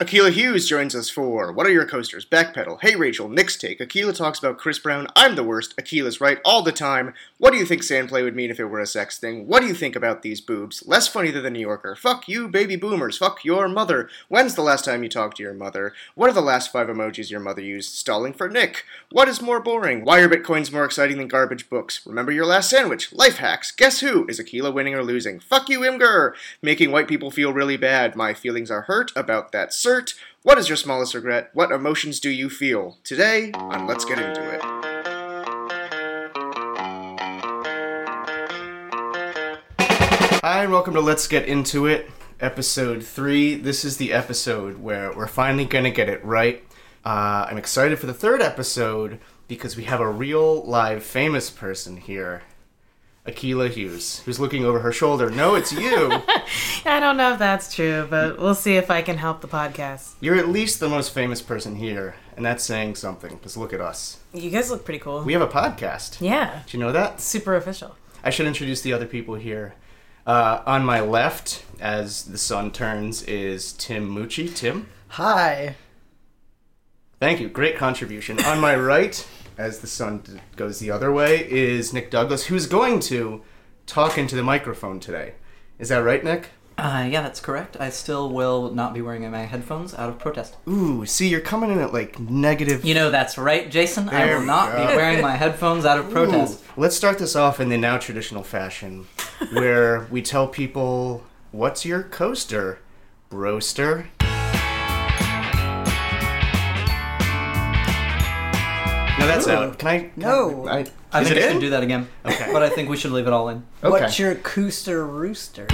Akila Hughes joins us for What Are Your Coasters? Backpedal. Hey Rachel, Nick's Take. Akila talks about Chris Brown. I'm the worst. Akila's right all the time. What do you think sandplay would mean if it were a sex thing? What do you think about these boobs? Less funny than the New Yorker. Fuck you, baby boomers. Fuck your mother. When's the last time you talked to your mother? What are the last five emojis your mother used? Stalling for Nick. What is more boring? Why are bitcoins more exciting than garbage books? Remember your last sandwich. Life hacks. Guess who? Is Akila winning or losing? Fuck you, Imgur. Making white people feel really bad. My feelings are hurt about that cert. What is your smallest regret? What emotions do you feel? Today on Let's Get Into It. Hi, and welcome to Let's Get Into It, episode three. This is the episode where we're finally going to get it right. Uh, I'm excited for the third episode because we have a real, live, famous person here. Akila Hughes, who's looking over her shoulder. No, it's you. I don't know if that's true, but we'll see if I can help the podcast. You're at least the most famous person here, and that's saying something. Because look at us. You guys look pretty cool. We have a podcast. yeah. Do you know that? Super official. I should introduce the other people here. Uh, on my left, as the sun turns, is Tim Mucci. Tim, Hi. thank you. Great contribution. on my right, as the sun d- goes the other way, is Nick Douglas, who's going to talk into the microphone today. Is that right, Nick? Uh, yeah, that's correct. I still will not be wearing my headphones out of protest. Ooh, see, you're coming in at like negative. You know that's right, Jason. There I will we not go. be wearing my headphones out of protest. Ooh, Let's start this off in the now traditional fashion, where we tell people, "What's your coaster, broaster?" No, that's out. Can I? can No. I, I is it think we in? should do that again. Okay. But I think we should leave it all in. Okay. What's your cooster rooster?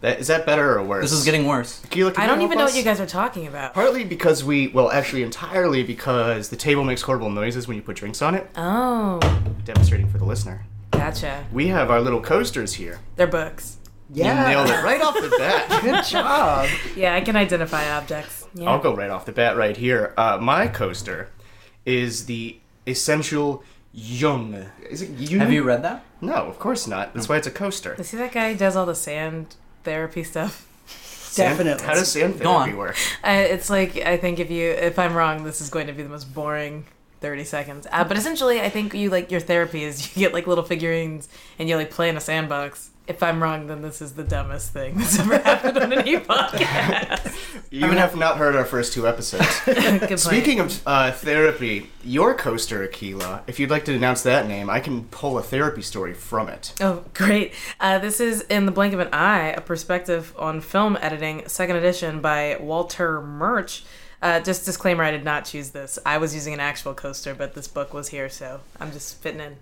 That, is that better or worse? This is getting worse. Keela, can I you don't help even know us? what you guys are talking about. Partly because we, well, actually, entirely because the table makes horrible noises when you put drinks on it. Oh, Demonstrating for the listener, gotcha. we have our little coasters here. They're books. Yeah. Nailed it right off the bat. Good job. Yeah, I can identify objects. Yeah. I'll go right off the bat right here. Uh, my coaster is the essential young. Is it Mm-hmm. you? Have you read that? No, of course not. That's why it's a coaster. You see that guy does all the sand therapy stuff. Sand- Definitely. How does sand Go therapy on. work? Uh, it's like I think if you if I'm wrong, this is going to be the most boring. 30 seconds. Uh, but essentially, I think you like your therapy is you get like little figurines and you like play in a sandbox. If I'm wrong, then this is the dumbest thing that's ever happened on any podcast. You have not heard our first two episodes. Good point. Speaking of uh, therapy, your coaster, Akila, if you'd like to announce that name, I can pull a therapy story from it. Oh, great. Uh, this is In the Blink of an Eye, a perspective on film editing, second edition by Walter Murch. Uh, just disclaimer, I did not choose this. I was using an actual coaster, but this book was here, so I'm just fitting in.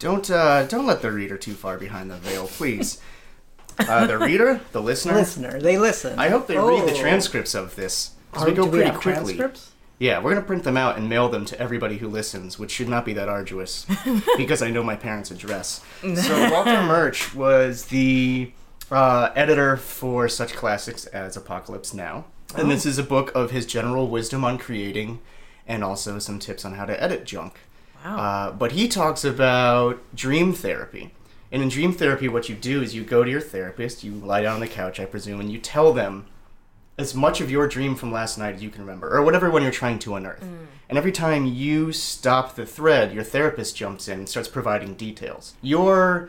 Don't uh, don't let the reader too far behind the veil, please. Uh, the reader, the listener. Listener, they listen. I hope they read the Oh. transcripts of this. 'cause Are- we go do we pretty have quickly. transcripts? Yeah, we're gonna print them out and mail them to everybody who listens, which should not be that arduous, because I know my parents' address. So Walter Murch was the uh, editor for such classics as Apocalypse Now, and this is a book of his general wisdom on creating, and also some tips on how to edit junk. Wow. Uh, but he talks about dream therapy. And in dream therapy, what you do is you go to your therapist, you lie down on the couch, I presume, and you tell them as much of your dream from last night as you can remember, or whatever one you're trying to unearth. And every time you stop the thread, your therapist jumps in and starts providing details. Your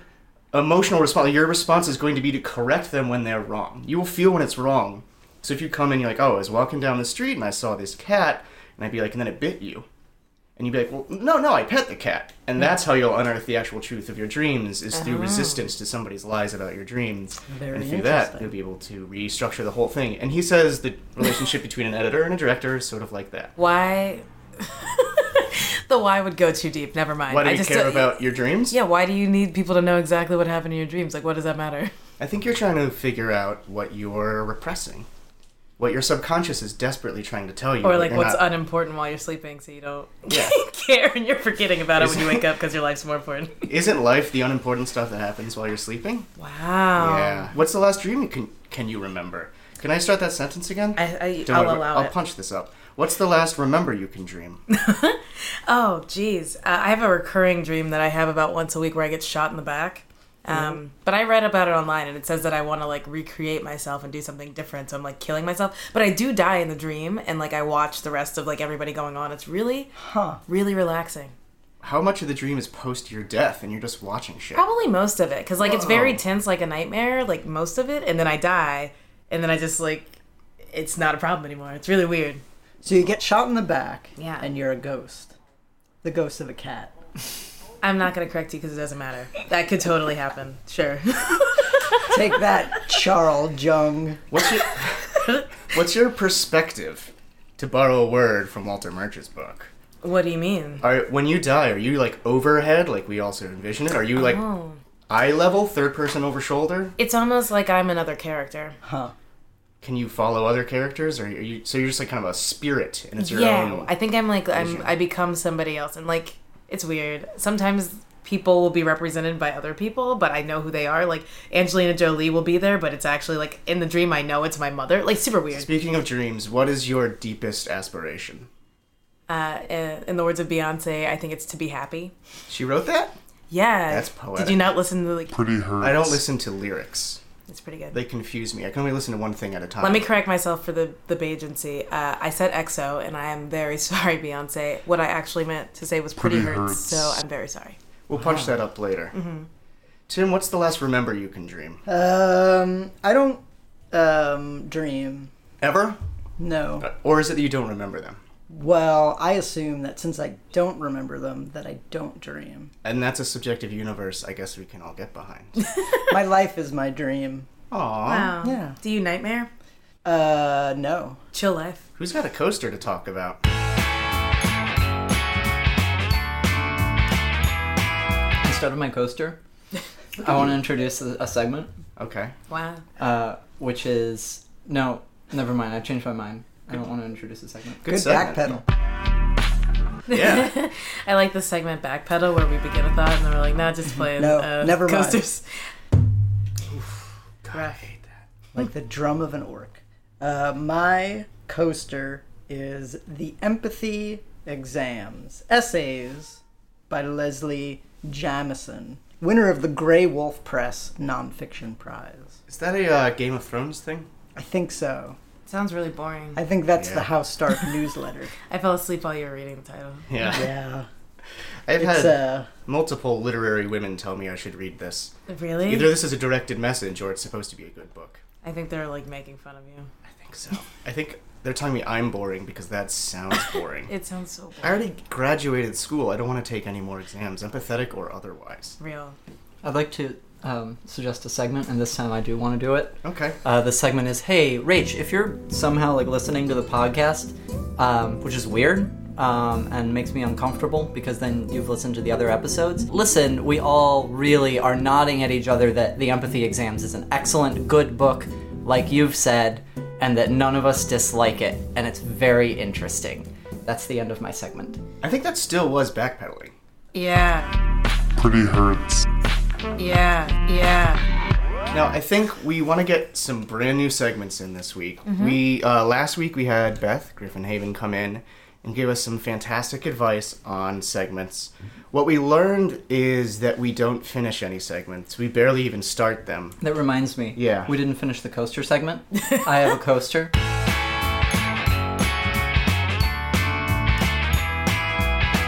emotional response, your response is going to be to correct them when they're wrong. You will feel when it's wrong. So if you come in, you're like, oh, I was walking down the street and I saw this cat, and I'd be like, and then it bit you. And you'd be like, well, no, no, I pet the cat. Hmm. And that's how you'll unearth the actual truth of your dreams, is Ah. through resistance to somebody's lies about your dreams. Very and through that, interesting. you'll be able to restructure the whole thing. And he says the relationship between an editor and a director is sort of like that. Why? the why would go too deep. Never mind. Why do I you just care don't- about your dreams? Yeah, why do you need people to know exactly what happened in your dreams? Like, what does that matter? I think you're trying to figure out what you're repressing. What your subconscious is desperately trying to tell you. Or but like, you're what's not- unimportant while you're sleeping, so you don't Yeah. care and you're forgetting about it when you wake up because your life's more important. Isn't life the unimportant stuff that happens while you're sleeping? Wow. yeah. What's the last dream you can can you remember? Can I start that sentence again? I, I, Don't I'll worry, allow I'll it. punch this up. What's the last remember you can dream? Oh, geez. Uh, I have a recurring dream that I have about once a week where I get shot in the back. Um, But I read about it online, and it says that I want to like recreate myself and do something different. So I'm like killing myself, but I do die in the dream, and like I watch the rest of like everybody going on. It's really, Huh. really relaxing. How much of the dream is post your death and you're just watching shit? Probably most of it, because like it's very Whoa. tense, like a nightmare, like most of it, and then I die, and then I just like, it's not a problem anymore. It's really weird. So you get shot in the back. Yeah. And you're a ghost. The ghost of a cat. I'm not gonna correct you because it doesn't matter. That could totally happen. Sure. Take that, Charles Jung. What's your What's your perspective? To borrow a word from Walter Murch's book, what do you mean? are when you die, are you like overhead, like we also envision it? Are you like Oh. eye level, third person over shoulder? It's almost like I'm another character. Huh. Can you follow other characters, or are you so you're just like kind of a spirit and it's your yeah, own? I think I'm like I'm. vision. I become somebody else, and like it's weird. Sometimes people will be represented by other people, but I know who they are. Like Angelina Jolie will be there, but it's actually like in the dream I know it's my mother. Like super weird. Speaking of dreams, what is your deepest aspiration? Uh, in in the words of Beyonce, I think it's to be happy. She wrote that. Yeah, That's Did poetic. you not listen to like? Pretty hurts. I don't listen to lyrics. It's pretty good. They confuse me. I can only listen to one thing at a time. Let me correct myself for the the agency. Uh, I said EXO, and I am very sorry, Beyonce. What I actually meant to say was pretty, Pretty hurts, hurts. so I'm very sorry. We'll punch that up later. Tim, what's the last remember you can dream? Um, I don't um dream. Ever? No. Or is it that you don't remember them? Well, I assume that since I don't remember them, that I don't dream. And that's a subjective universe I guess we can all get behind. My life is my dream. Aww. Yeah. Do you nightmare? Uh, no. Chill life. Who's got a coaster to talk about? Instead of my coaster, I want to introduce a, a segment, Okay. Wow. uh, which is no, never mind. I've changed my mind. I don't want to introduce a segment. Good, Good segment. backpedal. Yeah. I like the segment backpedal where we begin a thought and then we're like, nah, just playing. No, uh, never mind. coasters. God, I hate that. like the drum of an orc. Uh, my coaster is the Empathy Exams Essays by Leslie Jamison, winner of the Grey Wolf Press Nonfiction Prize. Is that a uh, Game of Thrones thing? I think so. Sounds really boring. I think that's Yeah. the House Stark newsletter. I fell asleep while you were reading the title. Yeah. Yeah, I've it's had uh, multiple literary women tell me I should read this. Really? Either this is a directed message or it's supposed to be a good book. I think they're like making fun of you. I think so. I think they're telling me I'm boring because that sounds boring. It sounds so I already graduated school. I don't want to take any more exams, empathetic or otherwise. real. I'd like to um, suggest a segment, and this time I do want to do it. Okay. Uh, the segment is Hey, Rach, if you're somehow like listening to the podcast, um, which is weird um, and makes me uncomfortable because then you've listened to the other episodes. Listen, we all really are nodding at each other that The Empathy Exams is an excellent, good book, like you've said, and that none of us dislike it, and it's very interesting. That's the end of my segment. I think that still was backpedaling. Yeah. Pretty hurts. Yeah. Yeah. Now, I think we want to get some brand new segments in this week. We uh, last week we had Beth Griffin Haven come in and give us some fantastic advice on segments. What we learned is that we don't finish any segments. We barely even start them. That reminds me. Yeah. We didn't finish the coaster segment. I have a coaster.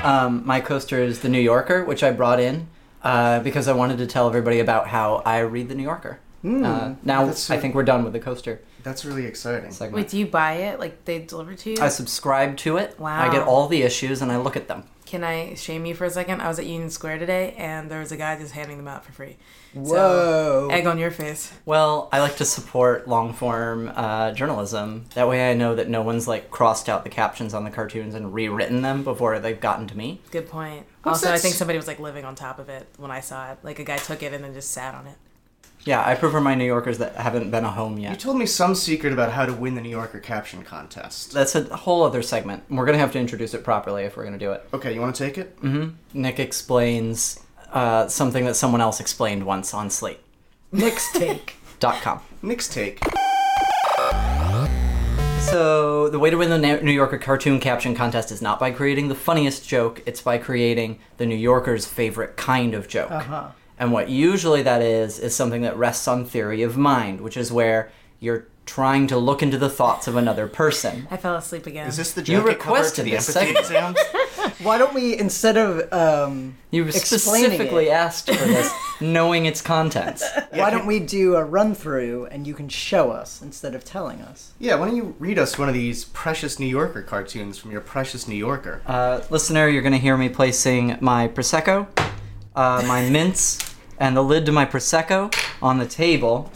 Um, my coaster is The New Yorker, which I brought in uh, because I wanted to tell everybody about how I read The New Yorker. uh, now Hmm. that's so- I think we're done with the coaster That's really exciting. segment. Wait, do you buy it? Like they deliver to you? I subscribe to it. Wow. I get all the issues and I look at them. Can I shame you for a second? I was at Union Square today, and there was a guy just handing them out for free. Whoa. egg on your face. Well, I like to support long form uh, journalism. That way I know that no one's like crossed out the captions on the cartoons and rewritten them before they've gotten to me. Good point. What's also, I that think s- somebody was like living on top of it when I saw it. Like a guy took it and then just sat on it. Yeah, I prefer my New Yorkers that haven't been a home You yet. told me some secret about how to win the New Yorker caption contest. That's a whole other segment. We're going to have to introduce it properly if we're going to do it. Okay, you want to take it? Nick explains uh, something that someone else explained once on Slate.com. Next take. Nick's take. So, the way to win the Na- New Yorker cartoon caption contest is not by creating the funniest joke, it's by creating the New Yorker's favorite kind of joke. Uh huh. And what usually that is, is something that rests on theory of mind, which is where you're trying to look into the thoughts of another person. I fell asleep again. Is this the You jacket cover to requested the the empathy second- exams? Why don't we instead of um, You Explaining specifically it. asked for this, knowing its contents. why don't we do a run through and you can show us instead of telling us? Yeah, why don't you read us one of these precious New Yorker cartoons from your precious New Yorker? Uh, listener, you're going to hear me placing my Prosecco, uh, my mints, and the lid to my Prosecco on the table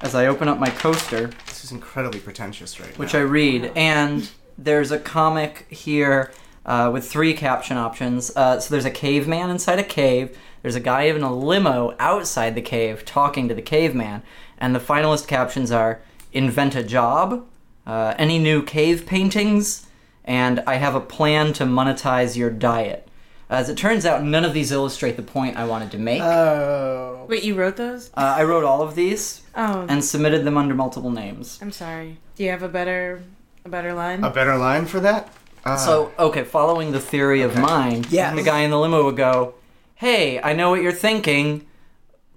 as I open up my coaster, This is incredibly pretentious right which now. I read. And there's a comic here uh, with three caption options. Uh, so there's a caveman inside a cave, there's a guy in a limo outside the cave talking to the caveman, and the finalist captions are invent a job, uh, any new cave paintings, and I have a plan to monetize your diet. As it turns out, none of these illustrate the point I wanted to make. Uh, Oh, Wait, you wrote those? I wrote all of these Oh, and submitted them under multiple names. I'm sorry. Do you have a better, a better line? A better line for that? Uh, So, okay, following the theory of mind, Yes. the guy in the limo would go, Hey, I know what you're thinking,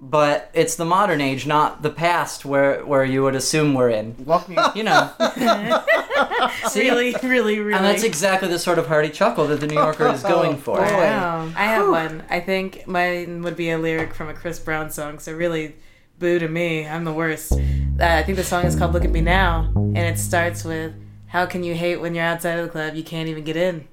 but it's the modern age, not the past where, where you would assume we're in. walk me. You know. really, really, really. And that's exactly the sort of hearty chuckle that the New Yorker is going for. Oh, Wow. I have one. I think mine would be a lyric from a Chris Brown song. So really, boo to me. I'm the worst. Uh, I think the song is called "Look at Me Now," and it starts with, "How can you hate when you're outside of the club? You can't even get in.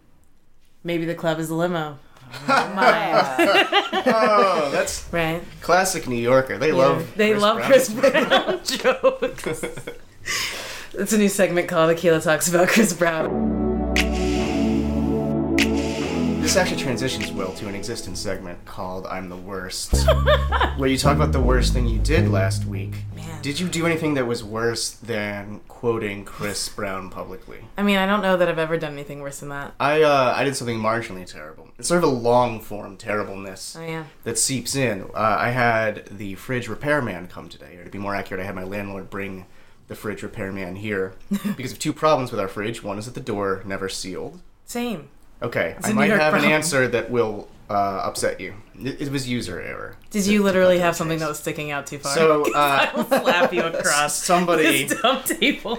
Maybe the club is the limo." Oh, my. oh, that's right. classic New Yorker. They love. they Chris love Brown. Chris Brown jokes. It's a new segment called Akila Talks About Chris Brown. This actually transitions well to an existing segment called "I'm the Worst," where you talk about the worst thing you did last week. Man. Did you do anything that was worse than quoting Chris Brown publicly? I mean, I don't know that I've ever done anything worse than that. I uh, I did something marginally terrible. It's sort of a long form terribleness. Oh, yeah. that seeps in. Uh, I had the fridge repairman come today, or to be more accurate, I had my landlord bring the fridge repairman here because of two problems with our fridge. One is that the door never sealed. Same. Okay, I a might New York have an problem. answer that will uh, upset you. It, it was user error. Did you literally have something that was sticking out too far? So, uh, I will slap you across Somebody, this dumb table.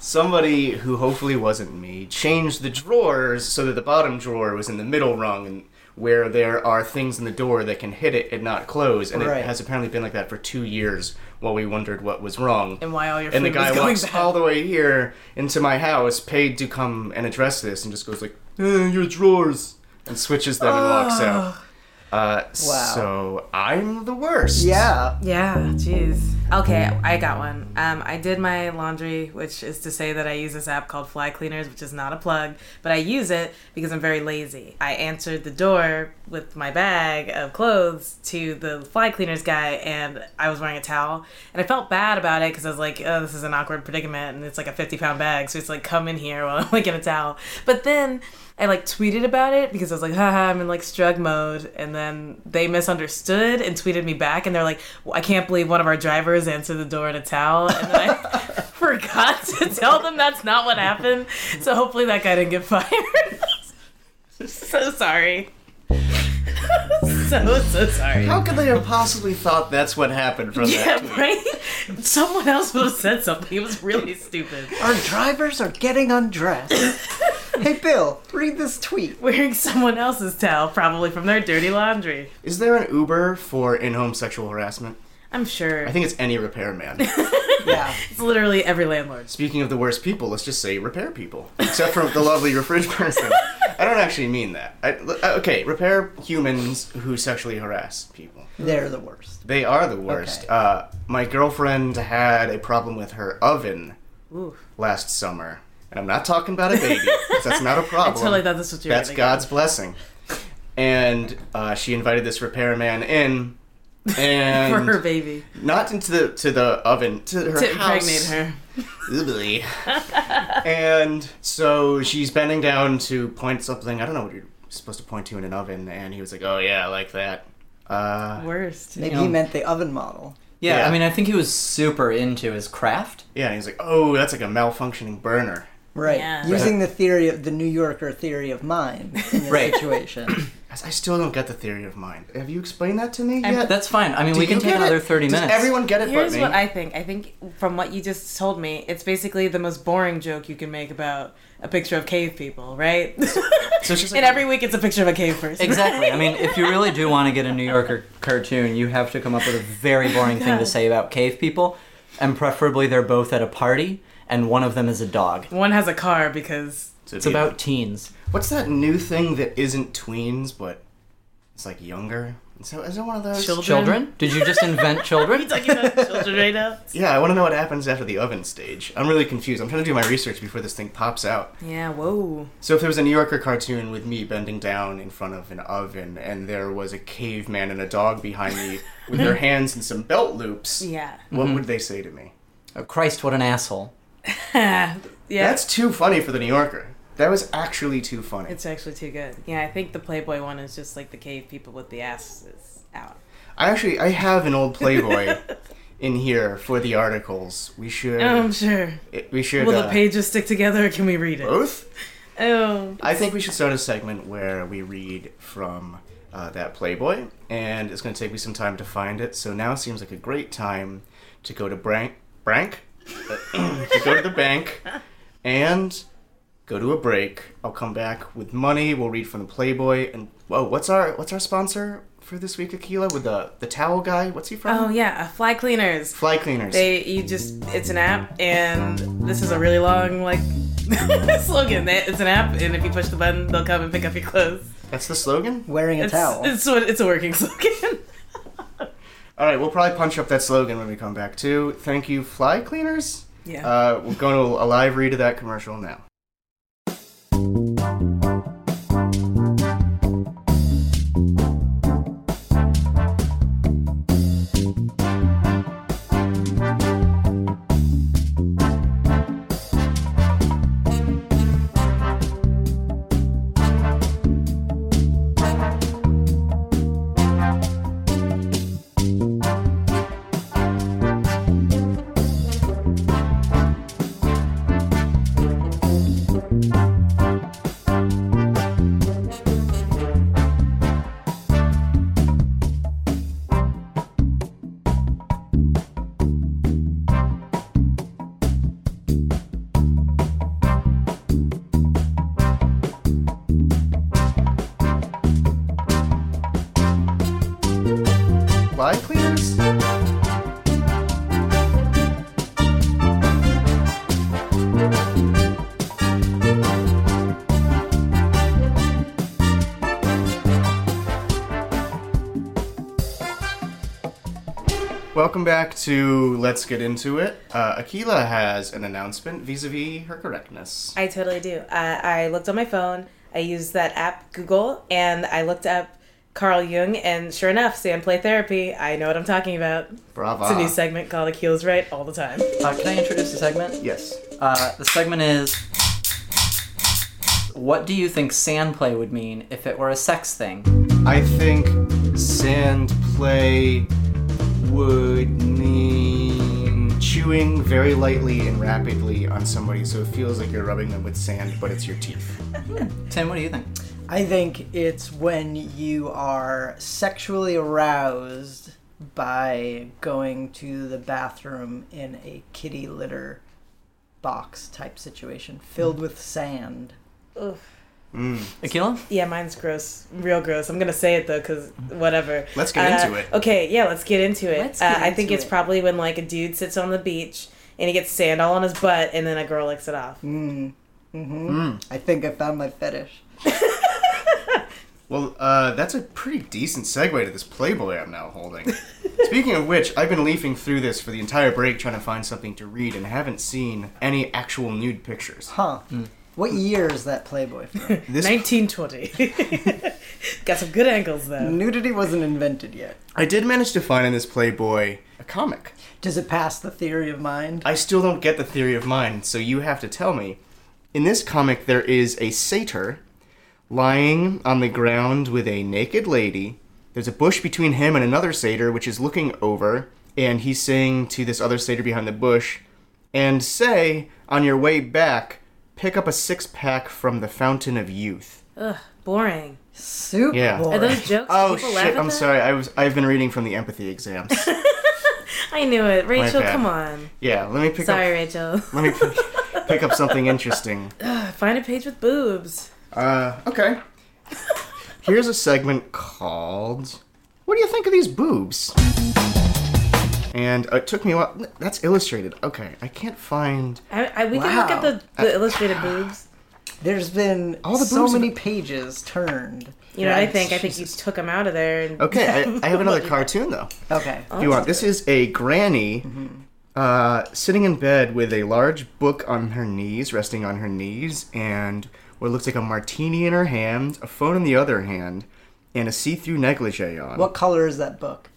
somebody who hopefully wasn't me, changed the drawers so that the bottom drawer was in the middle rung and where there are things in the door that can hit it and not close. And Right. it has apparently been like that for two years while we wondered what was wrong. And why all your food and the guy was going walks back. all the way here into my house, paid to come and address this, and just goes like, eh, "Your drawers," and switches them and walks out. Uh, So I'm the worst. yeah. Yeah, jeez. Okay, I got one. Um, I did my laundry, which is to say that I use this app called Fly Cleaners, which is not a plug, but I use it because I'm very lazy. I answered the door with my bag of clothes to the fly cleaners guy, and I was wearing a towel, and I felt bad about it because I was like, "Oh, this is an awkward predicament," and it's like a 50 pound bag, so it's like, "Come in here while I'm like in a towel." But then I like tweeted about it because I was like, haha, I'm in like strug mode. And then they misunderstood and tweeted me back. And they're like, well, I can't believe one of our drivers answered the door in a towel. And then I forgot to tell them that's not what happened. So hopefully that guy didn't get fired. so sorry. so, so sorry. How could they have possibly thought that's what happened from that? Yeah, right? Someone else would have said something. It was really stupid. Our drivers are getting undressed. hey, Bill, read this tweet. Wearing someone else's towel, probably from their dirty laundry. Is there an Uber for in-home sexual harassment? I'm sure. I think it's any repairman. Yeah. It's literally every landlord. Speaking of the worst people, let's just say repair people, except for the lovely refridge person. I don't actually mean that. I, uh, okay, repair humans who sexually harass people. They're the worst. They are the worst. Okay. Uh, my girlfriend had a problem with her oven Ooh. last summer, and I'm not talking about a baby. 'cause that's not a I problem. totally thought this was your that's God's blessing. And uh, she invited this repairman in, and for her baby not into the to the oven to her to house. impregnate her. Ugh. and so she's bending down to point something. I don't know what you're supposed to point to in an oven. And he was like, "Oh yeah, I like that." Uh, Worst. Maybe You know. he meant the oven model. Yeah, Yeah. I mean, I think he was super into his craft. yeah, and he's like, "Oh, that's like a malfunctioning burner." Right. Yeah. Using the theory of the New Yorker theory of mind in this Right. situation. I Guys, I still don't get the theory of mind. Have you explained that to me I'm- yet? That's fine. I mean, Do we can you take get another it? 30 Does minutes. everyone get it Here's but me? what I think. I think from what you just told me, it's basically the most boring joke you can make about a picture of cave people, right? So it's just like- and every week it's a picture of a cave person. Exactly. I mean, if you really do want to get a New Yorker cartoon, you have to come up with a very boring thing to say about cave people, and preferably they're both at a party and one of them is a dog. One has a car because It's about teens. What's that new thing that isn't tweens but it's like younger? So is it one of those? Children. Children? Did you just invent children? talking about children right now. Yeah, I want to know what happens after the oven stage. I'm really confused. I'm trying to do my research before this thing pops out. Yeah. Whoa. So if there was a New Yorker cartoon with me bending down in front of an oven and there was a caveman and a dog behind me with their hands in some belt loops, Yeah. Mm-hmm. what would they say to me? Oh, Christ, what an asshole. yeah. That's too funny for the New Yorker. That was actually too funny. It's actually too good. Yeah, I think the Playboy one is just like the cave people with the asses out. I actually I have an old Playboy in here for the articles. We should I'm sure. it- we should Um, Will the uh, pages stick together or can we read it? both. Oh. I think we should start a segment where we read from uh, that Playboy, and it's going to take me some time to find it. So now seems like a great time to go to Brank, Brank, to go to the bank, and go to a break. I'll come back with money. We'll read from the Playboy, and whoa, what's our what's our sponsor for this week, Akila? With the the towel guy, what's he from? Oh yeah, uh, fly cleaners. Fly cleaners. They you just it's an app and this is a really long like slogan. They- It's an app and if you push the button, they'll come and pick up your clothes. That's the slogan. Wearing a It's towel. it's what it's a working slogan. All right, we'll probably punch up that slogan when we come back too. Thank you, Fly Cleaners. yeah. Uh, we're going to a live read of that commercial now. Fly cleaners? Welcome back to Let's Get Into It. Uh, Akila has an announcement vis a vis her correctness. I totally do. Uh, I looked on my phone. I used that app Google, and I looked up Carl Jung, and sure enough, Sand Play Therapy. I know what I'm talking about. Bravo. It's a new segment called Akil's Right all the time. Uh, can I introduce the segment? Yes. Uh, the segment is What do you think sand play would mean if it were a sex thing? I think sand play would mean chewing very lightly and rapidly on somebody so it feels like you're rubbing them with sand, but it's your teeth. Tim, what do you think? I think it's when you are sexually aroused by going to the bathroom in a kitty litter box type situation filled with sand. Akila? Yeah, mine's gross, real gross. I'm gonna say it though, cause whatever. Let's get Uh, into it. Okay, yeah, let's get into it. Let's get uh, I think into it's it. probably when like a dude sits on the beach and he gets sand all on his butt, and then a girl licks it off. I think I found my fetish. Well, uh, that's a pretty decent segue to this Playboy I'm now holding. Speaking of which, I've been leafing through this for the entire break trying to find something to read and haven't seen any actual nude pictures. Huh. What year is that Playboy from? This 1920. Got some good angles though. Nudity wasn't invented yet. I did manage to find in this Playboy a comic. Does it pass the theory of mind? I still don't get the theory of mind, so you have to tell me. In this comic, there is a satyr lying on the ground with a naked lady. There's a bush between him and another satyr, which is looking over, and he's saying to this other satyr behind the bush, and say, on your way back, pick up a six pack from the Fountain of Youth. boring. Super Yeah. boring. Are those jokes? that Oh people laugh shit! at I'm that? sorry. I was I've been reading from the empathy exams. I knew it, Rachel. bad. Come on. yeah, let me pick Sorry, up. Rachel. Let me pick, pick up something interesting. Find a page with boobs. Uh, okay. Here's a segment called "What do you think of these boobs?" And uh, it took me a while. That's illustrated. Okay, I can't find. I, I, we can look at Wow. the, the illustrated boobs. There's been All the so boobs many pages turned. You know, what I think I think you took them out of there. And, Okay, I, I have another cartoon though. Okay. If you want, this is a granny uh, sitting in bed with a large book on her knees, resting on her knees, and what looks like a martini in her hand, a phone in the other hand, and a see-through negligee on. What color is that book?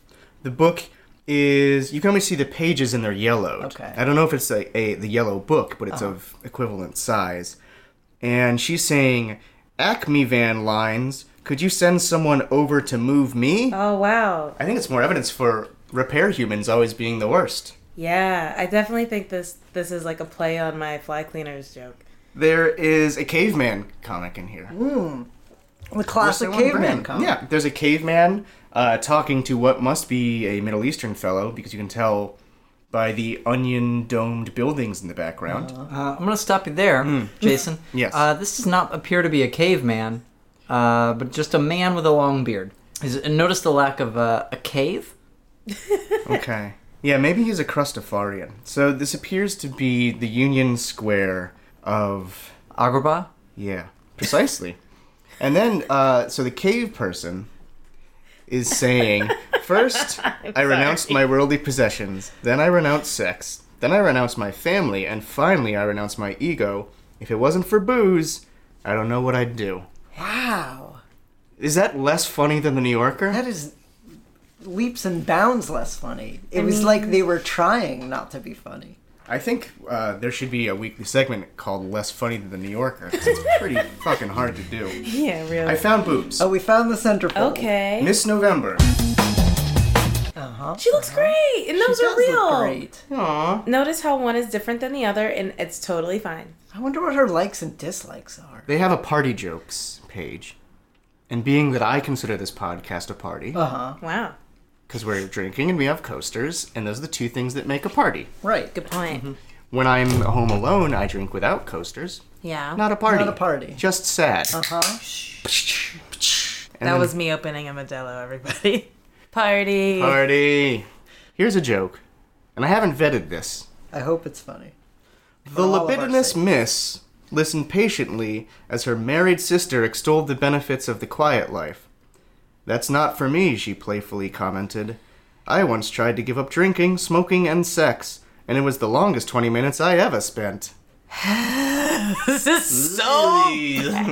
The book is you can only see the pages and they're yellowed. Okay. Uh-huh. I don't know if it's a, a the yellow book, but it's of equivalent size. And she's saying, "Acme van lines, could you send someone over to move me?" Oh wow. I think it's more evidence for repair humans always being the worst. Yeah, I definitely think this this is like a play on my fly cleaners joke. There is a caveman comic in here. The classic We're still on caveman brand. comic. Yeah, there's a caveman uh, talking to what must be a Middle Eastern fellow because you can tell by the onion domed buildings in the background. Uh, I'm gonna stop you there, Jason. Yes. Uh, this does not appear to be a caveman, uh, but just a man with a long beard. Is it, and notice the lack of uh, a cave. Okay. Yeah, maybe he's a crustafarian. So this appears to be the Union Square of Agrabah. yeah, precisely. and then uh, so the cave person is saying, first I renounced my worldly possessions, then I renounced sex, then I renounced my family, and finally I renounced my ego. If it wasn't for booze, I don't know what I'd do. Wow. Is that less funny than the New Yorker? That is leaps and bounds less funny. It was like they were trying not to be funny. I think uh, there should be a weekly segment called "Less Funny Than the New Yorker." 'cause It's pretty fucking hard to do. Yeah, I really. found boobs. Oh, we found the centerfold. okay. Miss November. Uh-huh. she looks great, and those She are does real. look great. Aww. Notice how one is different than the other, and it's totally fine. I wonder what her likes and dislikes are. They have a party jokes page, and being that I consider this podcast a party Uh-huh. Wow, because we're drinking and we have coasters, and those are the two things that make a party. Right. good point. When I'm home alone, I drink without coasters. Yeah, Not a party. Not a party. Just sad. Uh-huh. And that then- was me opening a Modelo, everybody. Party. party. Here's a joke, and I haven't vetted this. I hope it's funny. The all of our libidinous sakes. miss listened patiently as her married sister extolled the benefits of the quiet life. That's not for me, she playfully commented. I once tried to give up drinking, smoking, and sex, and it was the longest 20 minutes I ever spent. This is so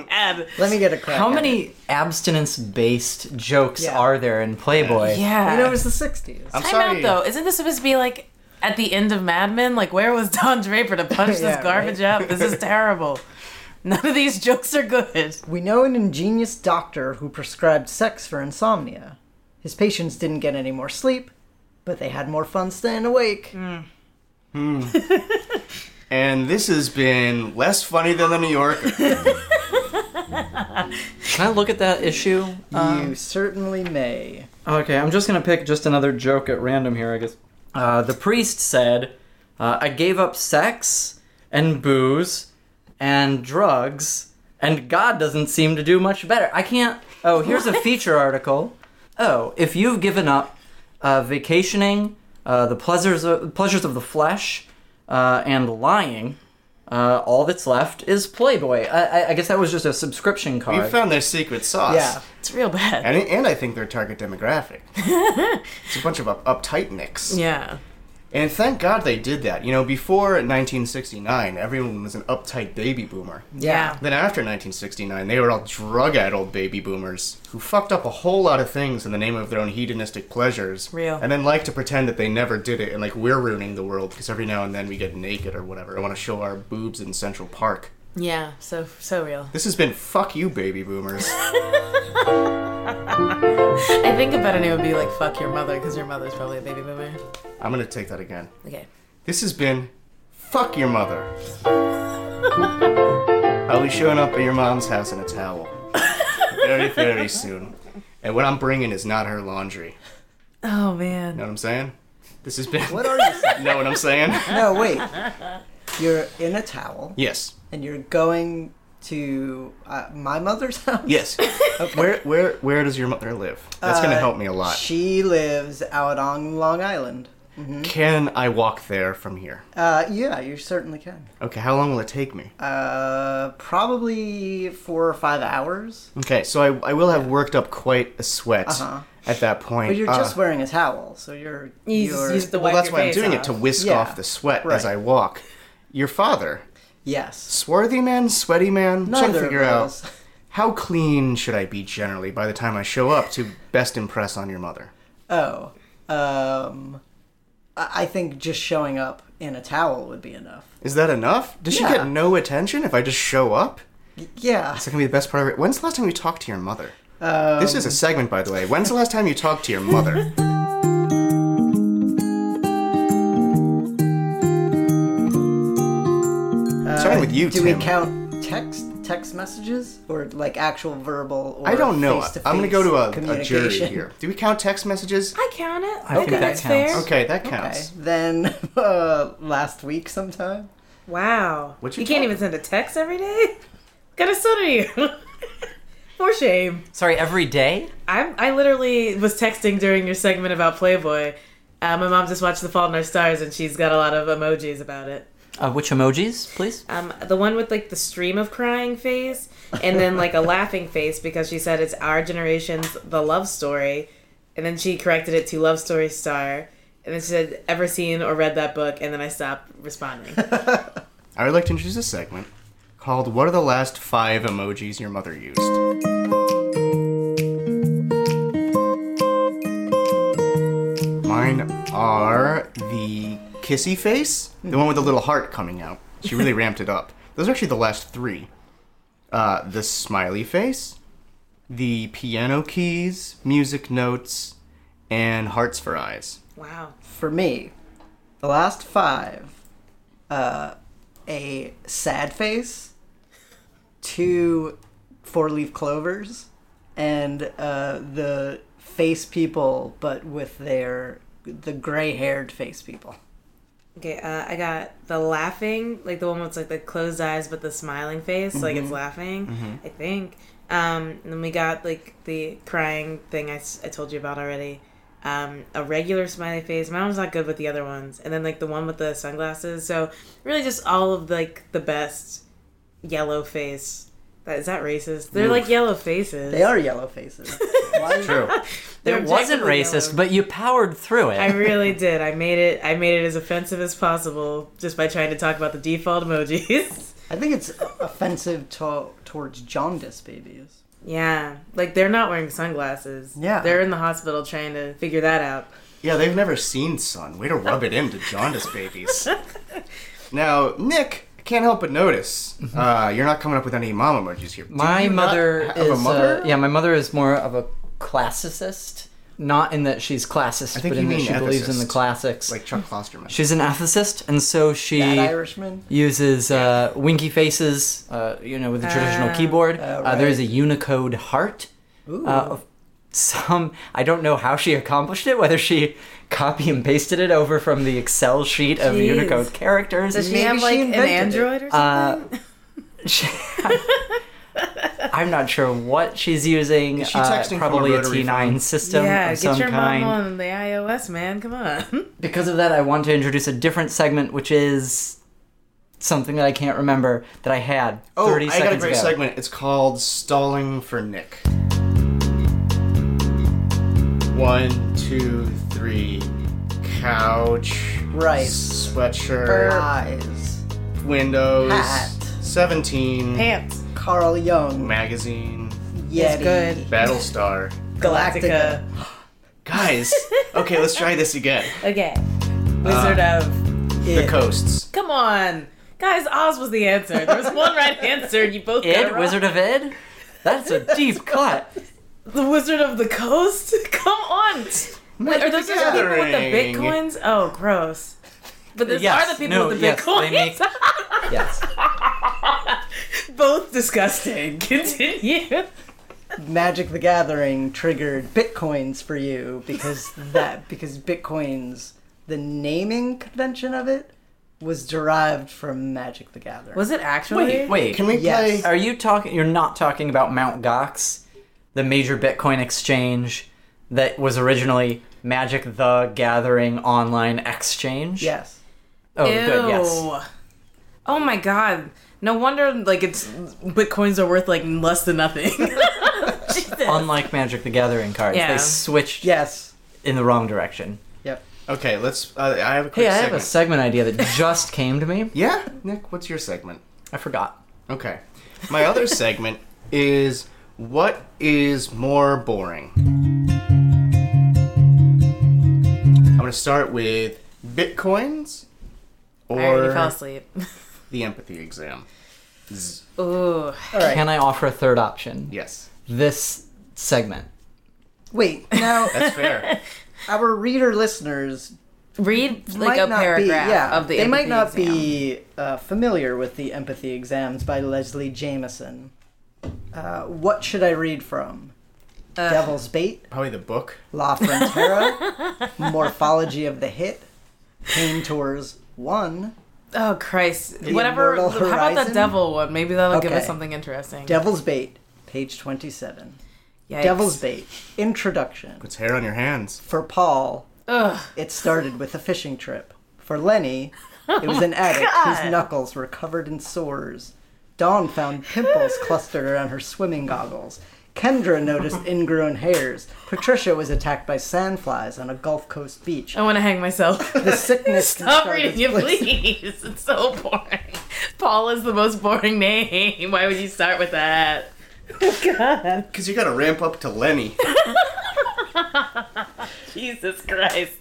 bad. Let me get a crack. How at it. many abstinence-based jokes Yeah. are there in Playboy? Yeah. You know, it was the 60s. I'm Time sorry. out though. Isn't this supposed to be like at the end of Mad Men? Like, where was Don Draper to punch Yeah, this garbage up? This is terrible. None of these jokes are good. We know an ingenious doctor who prescribed sex for insomnia. His patients didn't get any more sleep, but they had more fun staying awake. Mm. And this has been less funny than the New Yorker. Can I look at that issue? Um. you certainly may. Okay, I'm just gonna pick just another joke at random here, I guess. Uh, the priest said, uh, "I gave up sex and booze and drugs, and God doesn't seem to do much better." I can't. Oh, here's a feature article. Oh, if you've given up uh, vacationing, uh, the pleasures of, pleasures of the flesh, uh, and lying. Uh, all that's left is Playboy. I, I, I guess that was just a subscription we card. found their secret sauce. Yeah. It's real bad. And, and I think their target demographic. it's a bunch of up- uptight nicks. Yeah. And thank God they did that. You know, before 1969, everyone was an uptight baby boomer. Yeah. Then after 1969, they were all drug-addled baby boomers who fucked up a whole lot of things in the name of their own hedonistic pleasures. Real. And then like to pretend that they never did it and like we're ruining the world because every now and then we get naked or whatever. I want to show our boobs in Central Park. Yeah. So so real. This has been fuck you, baby boomers. I think a better name would be like "fuck your mother" because your mother's probably a baby boomer. I'm gonna take that again. Okay. This has been fuck your mother. I'll be showing up at your mom's house in a towel. very, very soon. And what I'm bringing is not her laundry. Oh man. You know what I'm saying? This has been. What are you saying? you know what I'm saying? No, wait. You're in a towel Yes. and you're going to uh, my mother's house. Yes. Where where where does your mother live? That's gonna Uh, help me a lot. She lives out on Long Island. Can I walk there from here? Uh, yeah, you certainly can. Okay. How long will it take me? Uh, probably four or five hours. Okay. So I, I will have worked up quite a sweat Uh-huh. at that point. But you're Uh, just wearing a towel, so you're You just you're use the well, wipe that's your why I'm face doing it off. to whisk Yeah. off the sweat as Right. I walk. Your father, yes. swarthy man, sweaty man. trying to Neither figure of out those. how clean should I be generally by the time I show up to best impress on your mother. Oh, um, I I think just showing up in a towel would be enough. Is that enough? Does she Yeah. get no attention if I just show up? Yeah. Is that gonna be the best part of it? When's the last time you talked to your mother? this Um, is a segment, by the way. When's the last time you talked to your mother? Starting with you, Uh, Do Tim. we count text text messages or like actual verbal? Or I don't know. face-to-face I'm gonna go to a, a jury communication? here. Do we count text messages? I count it. I think okay, that that's counts. fair. Okay, that Okay. counts. Then uh, last week sometime. Wow. What you you can't talking- even send a text every day? Got a son of you. For shame. Sorry, every day? I'm, I literally was texting during your segment about Playboy. Uh, my mom just watched The Fault in Our Stars and she's got a lot of emojis about it. Uh, which emojis, please? Um, the one with like the stream of crying face and then like a laughing face because she said it's our generation's The Love Story. And then she corrected it to Love Story Star. And then she said, ever seen or read that book? And then I stopped responding. I would like to introduce a segment called What Are the Last Five Emojis Your Mother Used? Mine are the kissy face, the one with the little heart coming out. She really ramped it up. Those are actually the last three uh, the smiley face, the piano keys, music notes, and hearts for eyes. wow. For me, the last five. Uh, a sad face. Two four leaf clovers, and uh, the face people, but with their the gray haired face people. Okay, uh, I got the laughing, like the one with like the closed eyes but the smiling face, like Mm-hmm. it's laughing. I think. Um, and then we got like the crying thing I, s- I told you about already. Um, a regular smiley face. My mom's not good with the other ones, and then like the one with the sunglasses. So really, just all of like the best yellow face. That, is that racist? They're like yellow faces. They are yellow faces. Why- True. They're It wasn't objectively racist, yellow. but you powered through it. I really did. I made it. I made it as offensive as possible just by trying to talk about the default emojis. I think it's offensive to- towards jaundice babies. yeah, like they're not wearing sunglasses. Yeah. they're in the hospital trying to figure that out. Yeah, they've never seen sun. Way to rub it into jaundice babies. now, Nick, I can't help but notice uh, you're not coming up with any mom emojis here. Do Mm-hmm. my you not mother have is a mother? uh, yeah, my mother is more of a classicist. Not in that she's classist, think but you in that mean she believes in the ethicist. classics. Like Chuck Klosterman. she's an ethicist, and so she That Irishman? uses uh, winky faces, uh, you know, with the traditional Ah. keyboard. uh, there is a right. Unicode heart. Ooh. Uh, of some I don't know how she accomplished it. Whether she copy and pasted it over from the Excel sheet of Jeez. Unicode characters. Does she Maybe have she like an invented it. android or Uh, something? She- I'm not sure what she's using. Is she uh, texting from a probably a rotary T9 phone? system yeah, of get some your kind. mom on the iOS, man. Come on. Because of that, I want to introduce a different segment, which is something that I can't remember that I had Oh, 30 I seconds got a great ago. segment. It's called Stalling for Nick. One, two, three. Couch. Right. Sweatshirt. Eyes. windows. Hat. 17. Pants. Carl Jung. Magazine. Yeti. good. Battlestar. Galactica. Galactica. Guys, okay, let's try this again. Okay. Wizard Uh, of. The It. coasts. Come on, guys. Oz was the answer. There was one right answer, and you both got it Id, wrong. Wizard of Id? That's a deep cut. The Wizard of the Coast? Come on! Wait, are those the people with the Gathering. bitcoins? Oh, gross. But those Yes, are the people no, with the yes, they bitcoins. make- Yes. Both disgusting. Continue. Magic the Gathering triggered bitcoins for you because that because bitcoins the naming convention of it was derived from Magic the Gathering. Was it actually? Wait, wait. Can we Yes. play? Are you talking? You're not talking about Mount Gox, the major Bitcoin exchange that was originally Magic the Gathering Online Exchange. yes. Oh, Ew. good. Yes. Oh my god. No wonder like it's bitcoins are worth like less than nothing. Jesus. Unlike Magic the Gathering cards, Yeah. they switched Yes. in the wrong direction. Yep. Okay, let's. Uh, I have a Hey, quick I have a segment. segment idea that just came to me. yeah, Nick, what's your segment? I forgot. Okay. My other segment is what is more boring? I'm going to start with bitcoins I already fell or asleep. the empathy exam. Z- Ooh. All right. Can I offer a third option? Yes, This segment. Wait. Now that's fair. our reader listeners Read like might a not paragraph be, yeah, of the They empathy might not exam. be uh, familiar with the empathy exams by Leslie Jameson. Uh, what should I read from? Devil's Bait, Probably the book. La Frontera, Morphology of the Hit, Pain Tours 1, Oh Christ. Whatever how Immortal about the Horizon? devil one? Maybe that'll give us Okay. something interesting. Devil's Bait, page 27. Yikes. Devil's Bait, introduction. Puts hair on your hands. For Paul, Ugh. it started with a fishing trip. For Lenny, it was an addict whose knuckles were covered in sores. Dawn found pimples clustered around her swimming goggles. Kendra noticed ingrown hairs. Patricia was attacked by sandflies on a Gulf Coast beach. I wanna hang myself. The sickness can Stop start reading as it, blisters. please. It's so boring. Paul is the most boring name. Why would you start with that? Oh, Because you got to ramp up to Lenny. Jesus Christ.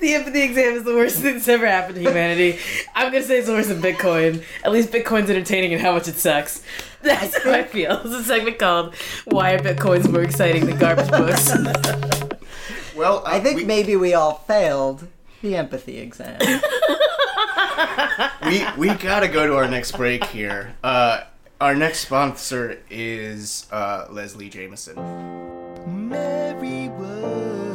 The empathy exam is the worst thing that's ever happened to humanity. I'm going to say it's worse than Bitcoin. At least Bitcoin's entertaining and how much it sucks. That's how I feel. It's a segment called Why Are Bitcoins More Exciting Than Garbage Books? Well, uh, I think we, maybe we all failed the empathy exam. we, we got to go to our next break here. Uh, our next sponsor is uh, Leslie Jameson. Mary was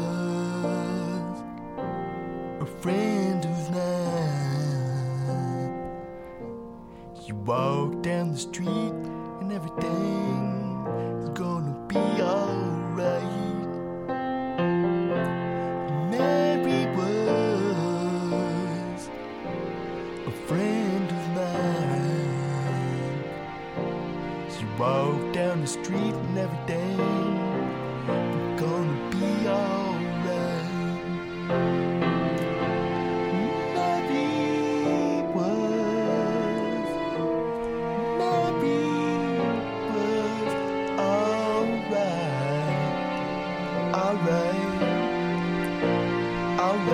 a friend of mine. You walk down the street and everything's gonna be alright. Mary was a friend of mine. She walked down the street and everything gonna be alright. Mary was, Mary was alright, alright, alright.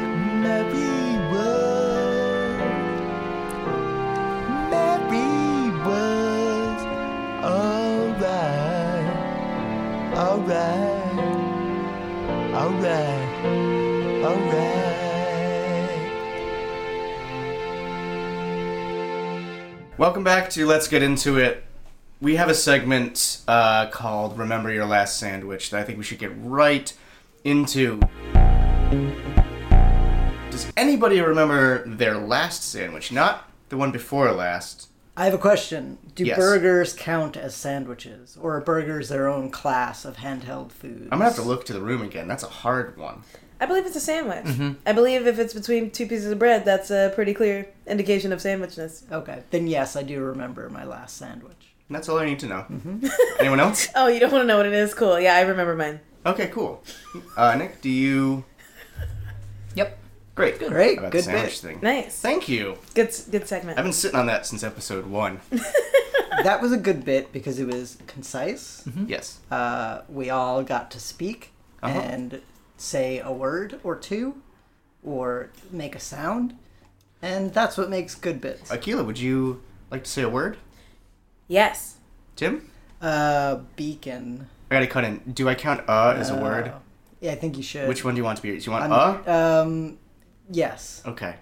Mary was, Mary was. Alright, alright, alright, alright. Welcome back to Let's Get Into It. We have a segment uh, called Remember Your Last Sandwich that I think we should get right into. Does anybody remember their last sandwich? Not the one before last. I have a question. Do Yes. burgers count as sandwiches, or are burgers their own class of handheld food? I'm gonna have to look to the room again. That's a hard one. I believe it's a sandwich. I believe if it's between two pieces of bread, that's a pretty clear indication of sandwichness. Okay, then yes, I do remember my last sandwich. And that's all I need to know. Anyone else? Oh, you don't want to know what it is? Cool. Yeah, I remember mine. Okay, cool. Uh, Nick, do you? Yep. Great. Good. Great, About good the sandwich bit. thing. Nice. Thank you. Good, good segment. I've been sitting on that since episode one. that was a good bit because it was concise. Mm-hmm. yes. Uh, we all got to speak Mm-hmm. Uh-huh. and say a word or two, or make a sound, and that's what makes good bits. Akila, would you like to say a word? Yes. Tim? Uh, beacon. I gotta cut in. Do I count uh as a word? Yeah, I think you should. Which one do you want to be? Do you want I'm- uh? Um, yes. Okay.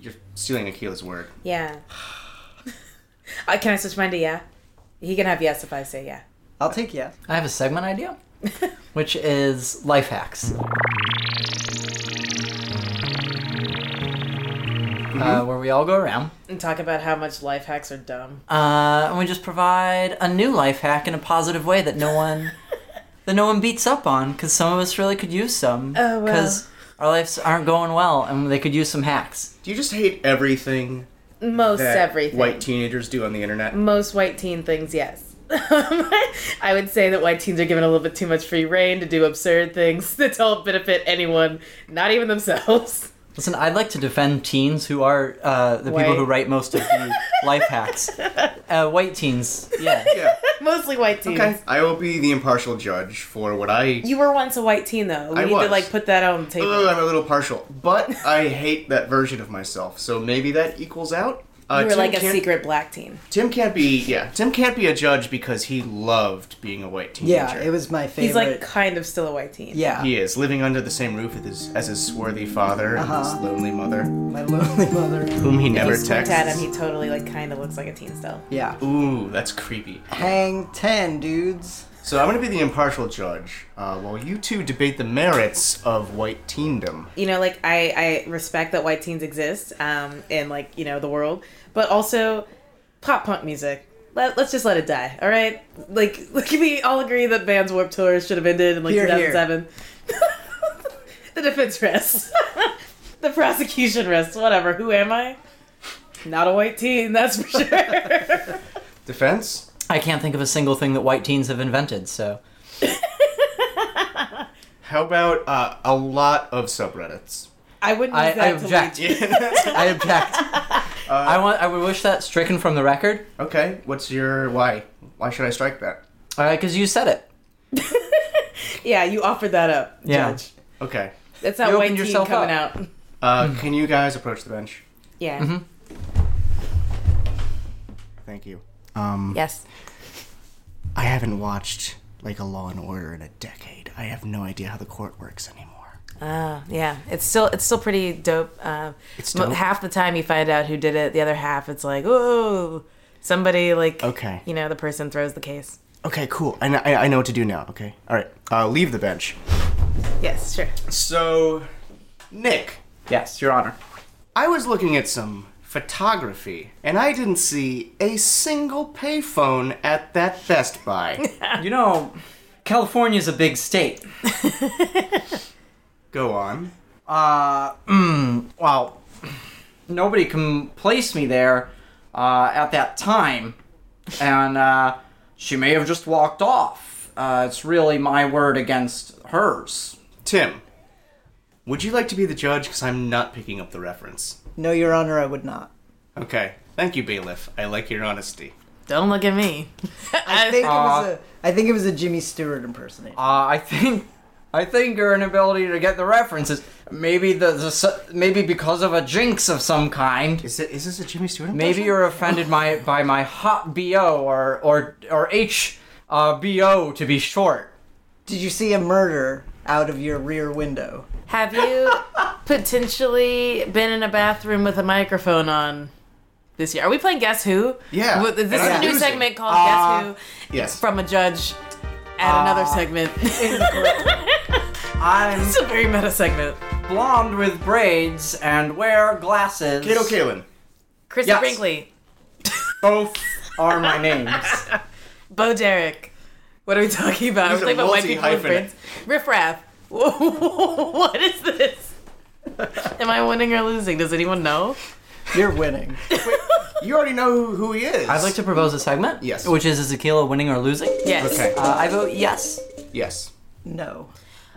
You're stealing Akila's word. Yeah. Uh, can I switch mine to yeah? He can have yes if I say yeah. I'll take yeah. I have a segment idea, which is life hacks. Mm-hmm. Uh, where we all go around And talk about how much life hacks are dumb. uh, and we just provide a new life hack in a positive way that no one that no one beats up on because some of us really could use some Oh, well. because our lives aren't going well and they could use some hacks Do you just hate everything Most that everything. Mm. white teenagers do on the internet? Most white teen things, yes. I would say that white teens are given a little bit too much free reign to do absurd things that don't benefit anyone, not even themselves. listen i'd like to defend teens who are uh, the people White. who write most of the life hacks uh, white teens yeah Yeah. Mostly white teens. Okay. I will be the impartial judge for what I. You were once a white teen, though. We I need to was. like put that on the table. Ugh, I'm a little partial, but I hate that version of myself. So maybe that equals out. Uh, you were Tim like a can't- secret black teen. Tim can't be. Yeah, Tim can't be a judge because he loved being a white teenager. Yeah, it was uh, my favorite. He's like kind of still a white teen. yeah, He is living under the same roof with his, as his swarthy father and his lonely mother, my lonely mother. whom he never Just squint at texts. him. He totally like kind of looks like a teen still. Yeah, Ooh, that's creepy. hang ten dudes. So I'm gonna be the impartial judge, uh, while you two debate the merits of white teendom. you know like i i respect that white teens exist um in like you know the world but also pop punk music let, let's just let it die all right like like we all agree that Vans warp tour should have ended in like Here, here. 2007 the defense rests the prosecution rests whatever who am i not a white teen that's for sure Defense? i can't think of a single thing that white teens have invented so How about uh, a lot of subreddits? i wouldn't use I, I that to lead object you. i object i want i would wish that stricken from the record okay, what's your why? Why should I strike that? because uh, you said it yeah you offered that up Yeah. judge Okay. that's not You white opened teen yourself coming up. out Uh, Can you guys approach the bench? yeah Mm-hmm. Thank you. Um, Yes. I haven't watched like a Law and Order in a decade. I have no idea how the court works anymore. Oh, yeah. It's still it's still pretty dope. Uh, It's mo- dope. Half the time you find out who did it. The other half, it's like, oh, somebody like Okay. You know, the person throws the case. Okay, cool. I, kn- I, I know what to do now. Okay. All right. Uh, leave the bench. yes sure So, Nick, yes your honor I was looking at some photography, and I didn't see a single payphone at that Best Buy. You know, California's a big state. Go on. Uh, mm, well, nobody can place me there uh, at that time. And uh, she may have just walked off. Uh, it's really my word against hers. Tim, would you like to be the judge? Because I'm not picking up the reference. No, Your Honor, I would not. Okay. Thank you, bailiff. I like your honesty. Don't look at me. I think it was Uh, a. I think it was a Jimmy Stewart impersonation. Uh, I think. I think her inability to get the references, maybe the, the s- maybe because of a jinx of some kind. Is, it, is this a Jimmy Stewart? Maybe impression? you're offended by by my hot bo or or or h uh, bo to be short. Did you see a murder out of your rear window? Have you potentially been in a bathroom with a microphone on this year? Are we playing Guess Who? Yeah, Uh, Wh- This and is I'm a new losing. segment called Guess Who Yes. from a judge at another uh, segment. I'm it's a very meta segment. blonde with braids and wear glasses. Kato Kalin. Chrissy Yes. Brinkley, Both are my names. Bo Derek. What are we talking about? We're These talking are about white people multi-hyphenate. with brains. Riff Raff. what is this? Am I winning or losing? Does anyone know? You're winning. You already know who, who he is. I'd like to propose a segment. Yes. Which is Ezekiel winning or losing? Yes. Okay. Uh, I vote yes. Yes. No.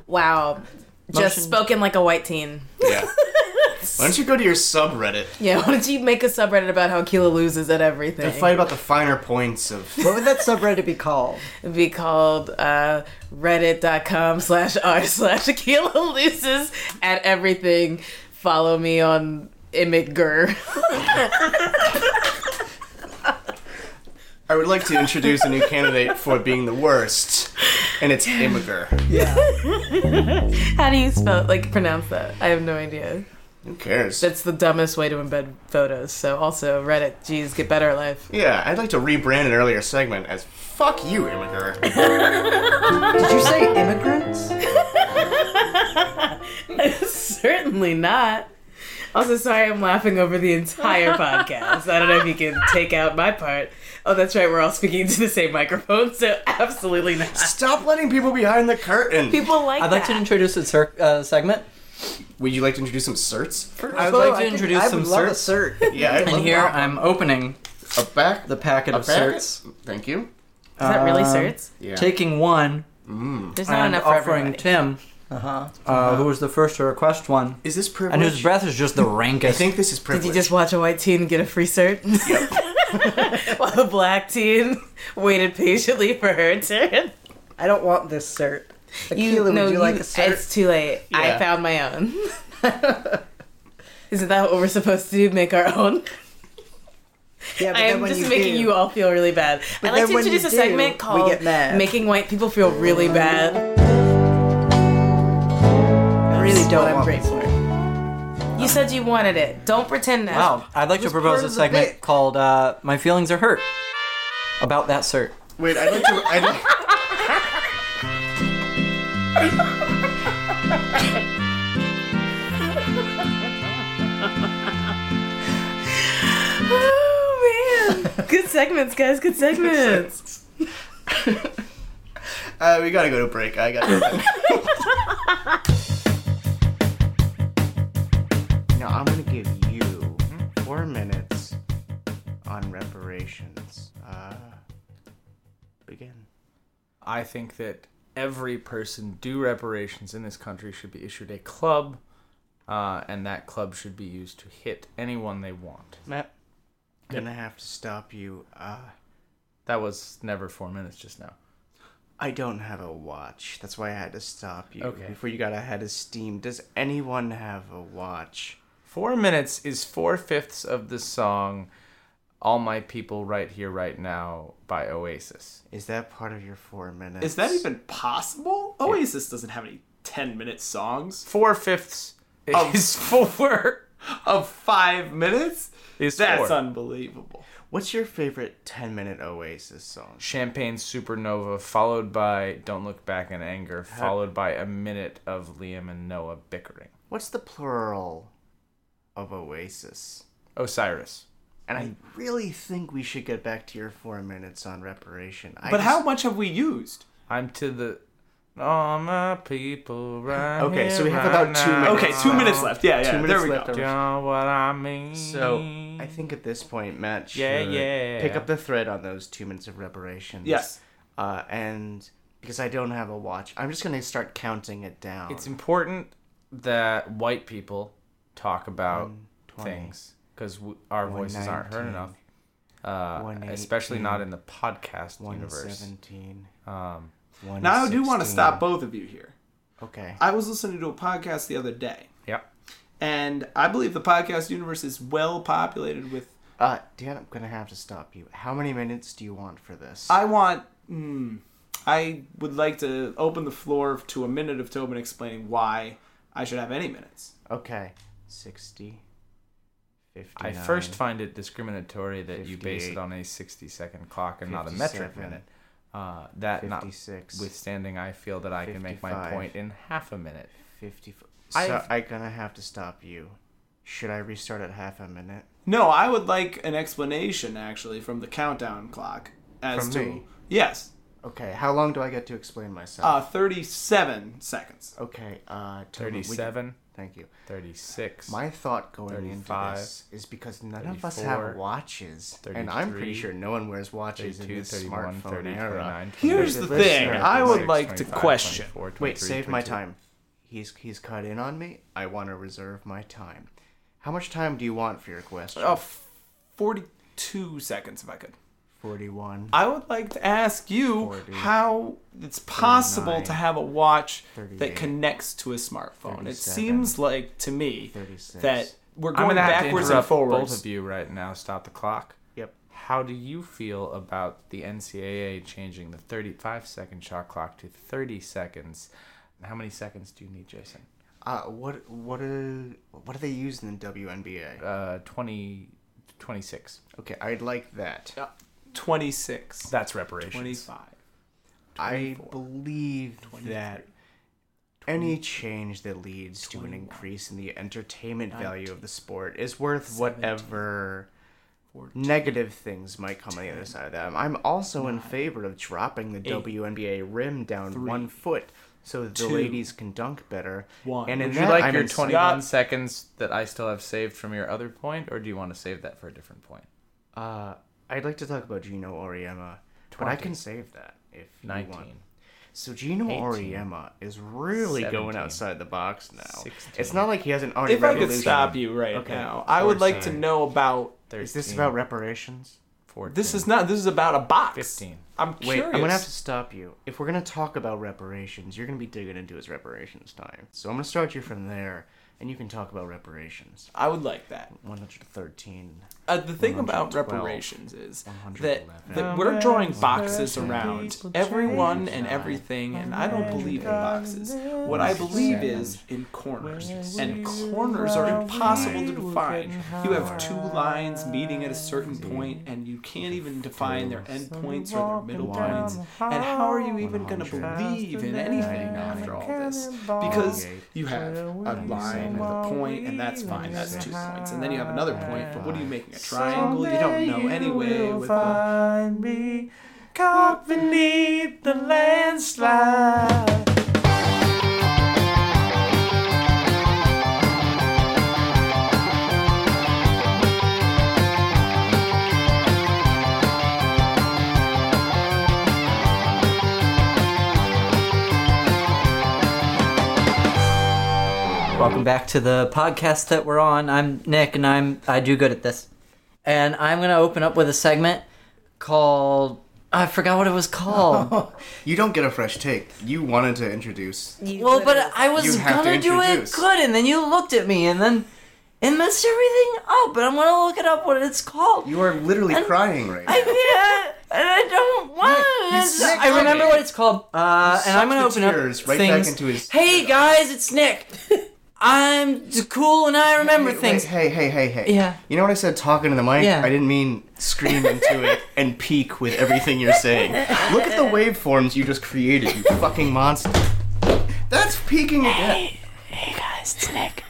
Wow. Just Motion. spoken like a white teen. Yeah. Why don't you go to your subreddit? Yeah, why don't you make a subreddit about how Keela loses at everything? and Fight about the finer points of. What would that subreddit be called? It'd be called uh, reddit.com slash r slash Keela loses at everything. Follow me on Emmett Gurr. I would like to introduce a new candidate for being the worst, and it's Immiger. how do you spell, like, pronounce that? I have no idea. Who cares? That's the dumbest way to embed photos. So also Reddit, geez, get better life. Yeah, I'd like to rebrand an earlier segment as "Fuck You, Immigrant." Did you say immigrants? Certainly not. Also, sorry I'm laughing over the entire podcast. I don't know if you can take out my part. Oh, that's right, we're all speaking to the same microphone, so absolutely not. Stop letting people behind the curtain. People like I'd like to that. introduce a cir- uh, segment. Would you like to introduce some certs first? I would Well, like to I think introduce I some would love certs. a cert. Yeah, I'd And love here I'm opening a back the packet a of packet. certs, Thank you. Is that really Um, certs? Yeah. taking one There's not and enough for offering everybody. Tim, Uh-huh. uh, who was the first to request one, is this privilege? and whose breath is just the I rankest. think this is privilege. Did you just watch a white teen get a free cert? While a black teen waited patiently for her turn. I don't want this cert. Akila, would you like a cert? It's too late. I Yeah. found my own. Isn't that what we're supposed to do? Make our own? yeah, but I am just making do- you all feel really bad. But I like then to when you introduce a do, segment we called get mad. Making White People Feel Really Bad. I really don't I'm want this grateful. cert. You said you wanted it. Don't pretend now. Wow, I'd like to propose part a of the segment bit. called uh, "My Feelings Are Hurt" about that cert. Wait, I'd like to. I'd like... Oh, man. Good segments, guys. Good segments. Uh, we gotta go to break. I got nothing. now I'm gonna give you four minutes on reparations. Uh, begin. I think that every person due reparations in this country should be issued a club, uh, and that club should be used to hit anyone they want. Matt, I'm gonna have to stop you. Uh, That was never four minutes just now. I don't have a watch. That's why I had to stop you Okay. before you got ahead of steam. Does anyone have a watch? Four minutes is four fifths of the song "All My People Right Here Right Now" by Oasis. Is that part of your four minutes? Is that even possible? Oasis doesn't have any 10 minute songs. Four fifths is four. Of five minutes? Is That's four. unbelievable. What's your favorite ten-minute Oasis song? Champagne Supernova, followed by Don't Look Back in Anger, followed by a minute of Liam and Noah bickering. What's the plural of Oasis? Osiris. And Mm. I really think we should get back to your four minutes on reparation. I But just- how much have we used? I'm to the. All my people right Okay, so we have here, about two right minutes. Okay, two minutes left. Yeah, yeah. Two minutes there we left. go. Do you know what I mean? So I think at this point, Matt should Yeah, yeah. pick up the thread on those two minutes of reparations. Yes. Uh, and because I don't have a watch, I'm just gonna start counting it down. It's important that white people talk about Mm. things because our voices aren't heard enough, uh, one especially not in the podcast universe. 117. Um, Now, I do want to stop both of you here. Okay. I was listening to a podcast the other day, yeah. and I believe the podcast universe is well populated with. Uh, Dan, I'm gonna have to stop you. How many minutes do you want for this? I want. Hmm, I would like to open the floor to a minute of Tobin explaining why I should have any minutes. okay. 60. 59, I first find it discriminatory that you base it 58, on a 60 second clock and not a metric 57, minute. Uh, that 56, notwithstanding, I feel that I can make my 55. point in half a minute. 50. So I've- I'm gonna have to stop you. Should I restart at half a minute? No, I would like an explanation actually from the countdown clock as From to me? yes, Okay. How long do I get to explain myself? uh, thirty-seven seconds. okay. Uh, Tobin, would you- 37, Thank you. 36. My thought going into 35, this is because none of us have 34, watches, and I'm pretty 33, sure no one wears watches in 32, this 31, 30, smartphone era. 29, Here's the 26, thing, I would 26, like to 25, question. 24, Wait, 23, save my 22. time. He's he's cut in on me. I want to reserve my time. How much time do you want for your question? Uh, forty-two seconds, if I could. 41. I would like to ask you 40, how it's possible 39, to have a watch 38, that connects to a smartphone. 37, It seems like to me 36. that we're I'm going going to have to backwards and interrupt forwards. both of you right now. Stop the clock. Yep. How do you feel about the NCAA changing the 35 second shot clock to 30 seconds? How many seconds do you need, Jason? Uh, what what are what do they use in the WNBA? Uh, 20, 26. Okay, I'd like that. Uh, 26. That's reparations. 25. I believe that any change that leads to an increase in the entertainment value of the sport is worth whatever negative things might come on the other side of that. I'm also in favor of dropping the WNBA rim down one foot so that the ladies can dunk better. one. And in Would you that, like I'm your in- 21 seconds that I still have saved from your other point, or do you want to save that for a different point? Uh, I'd like to talk about Gino Oriema, but I 20. can save that if you 19. want. So Gino 18, Oriema is really 17, going outside the box now. 16. It's not like he hasn't already. If I could revolutionized- stop you right Okay. now, I would like to Fourteen. know about. 13, Is this about reparations? 14, This is not. This is about a box. 15. I'm Wait, curious. I'm gonna have to stop you. If we're gonna talk about reparations, you're gonna be digging into his reparations time. So I'm gonna start you from there, and you can talk about reparations. I would like that. 113. Uh, the thing about 112, reparations is that, 111. that we're drawing boxes around everyone and everything, and I don't believe in boxes. What I believe is in corners, and corners are impossible to define. You have two lines meeting at a certain point, and you can't even define their endpoints or their middle points. And how are you even going to believe in anything after all this? Because you have a line with a point, and that's fine. That's two points, and then you have another point. But what are you making a triangle? You don't know anyway. With a, Find me caught beneath the landslide. Welcome back to the podcast that we're on. I'm Nick, and I'm I do good at this. And I'm gonna open up with a segment called I forgot what it was called. You don't get a fresh take. You wanted to introduce. Well, but I was You have to gonna do it introduce. good, and then you looked at me, and then and messed everything up. And I'm gonna look it up what it's called. You are literally crying right now. I can't, and I don't want it. sick I remember of it. what it's called, uh, and I'm gonna the open up tears right back things. into his- hey guys, it's Nick. I'm cool, and I remember Wait, things. Hey, hey, hey, hey. Yeah. You know what I said talking to the mic? Yeah. I didn't mean scream into it and peak with everything you're saying. Look at the waveforms you just created, you fucking monster. That's peaking again. Hey guys, it's Nick,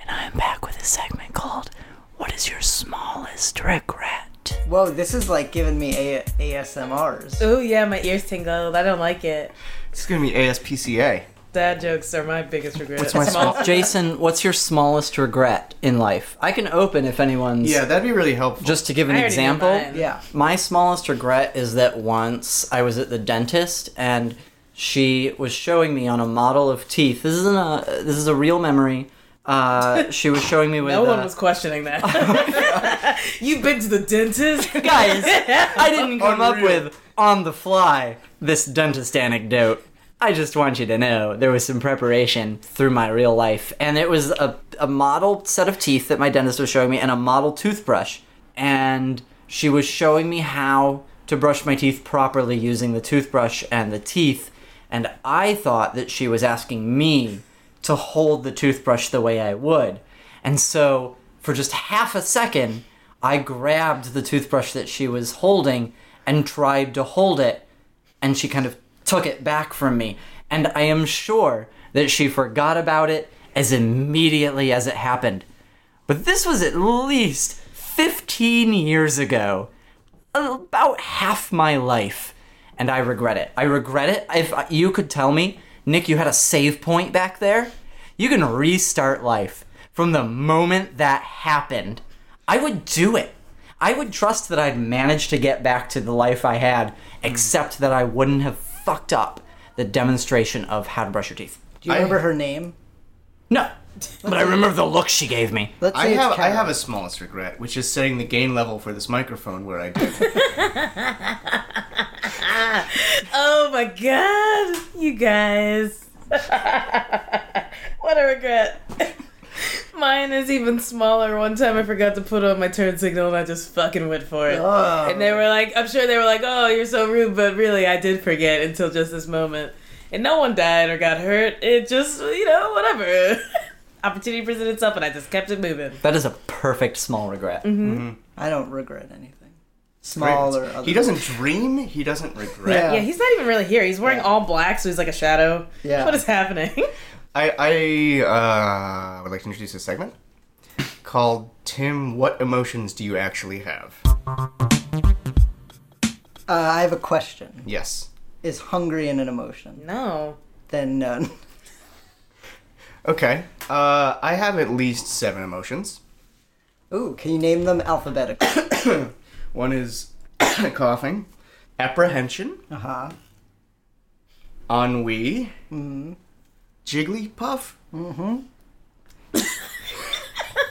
and I'm back with a segment called What is Your Smallest Regret? Whoa, this is like giving me a- ASMRs. Oh yeah, my ears tingle. I don't like it. It's gonna be ASPCA. Dad jokes are my biggest regret. What's my small? Jason, what's your smallest regret in life? I can open if anyone's. Yeah, that'd be really helpful. Just to give an I already knew example. mine. Yeah. My smallest regret is that once I was at the dentist and she was showing me on a model of teeth. This isn't a. This is a real memory. Uh, she was showing me with. No one uh, was questioning Oh, that. You've been to the dentist, Guys, I didn't come up with on the fly this dentist anecdote. I just want you to know there was some preparation through my real life, and it was a, a model set of teeth that my dentist was showing me, and a model toothbrush, and she was showing me how to brush my teeth properly using the toothbrush and the teeth, and I thought that she was asking me to hold the toothbrush the way I would. And so, for just half a second, I grabbed the toothbrush that she was holding and tried to hold it, and she kind of took it back from me. And I am sure that she forgot about it as immediately as it happened. But this was at least 15 years ago, about half my life, and I regret it. I regret it. If I- you could tell me, Nick, you had a save point back there, you can restart life from the moment that happened. I would do it. I would trust that I'd manage to get back to the life I had, except that I wouldn't have fucked up the demonstration of how to brush your teeth. Do you remember her name? No, but I remember the look she gave me. Let's I say have it's I Kara. have a smallest regret, which is setting the gain level for this microphone where I did. Oh my god, you guys. what a regret. Mine is even smaller. One time I forgot to put on my turn signal and I just fucking went for it. Oh. "Oh, And they were like, I'm sure they were like, oh, you're so rude, but really I did forget until just this moment. and no one died or got hurt. It just, you know, whatever. Opportunity presented itself, and I just kept it moving. That is a perfect small regret. I don't regret anything. Small or other. He doesn't dream. He doesn't regret. Yeah. Yeah, he's not even really here. He's wearing all black, so he's like a shadow. Yeah. What is happening? I, I uh, would like to introduce a segment called Tim, What Emotions Do You Actually Have? Uh, I have a question. Yes. Is hungry an emotion? No. Then none. Okay. Uh, I have at least seven emotions. Ooh, can you name them alphabetically? One is coughing, apprehension, Uh huh. ennui, jigglypuff,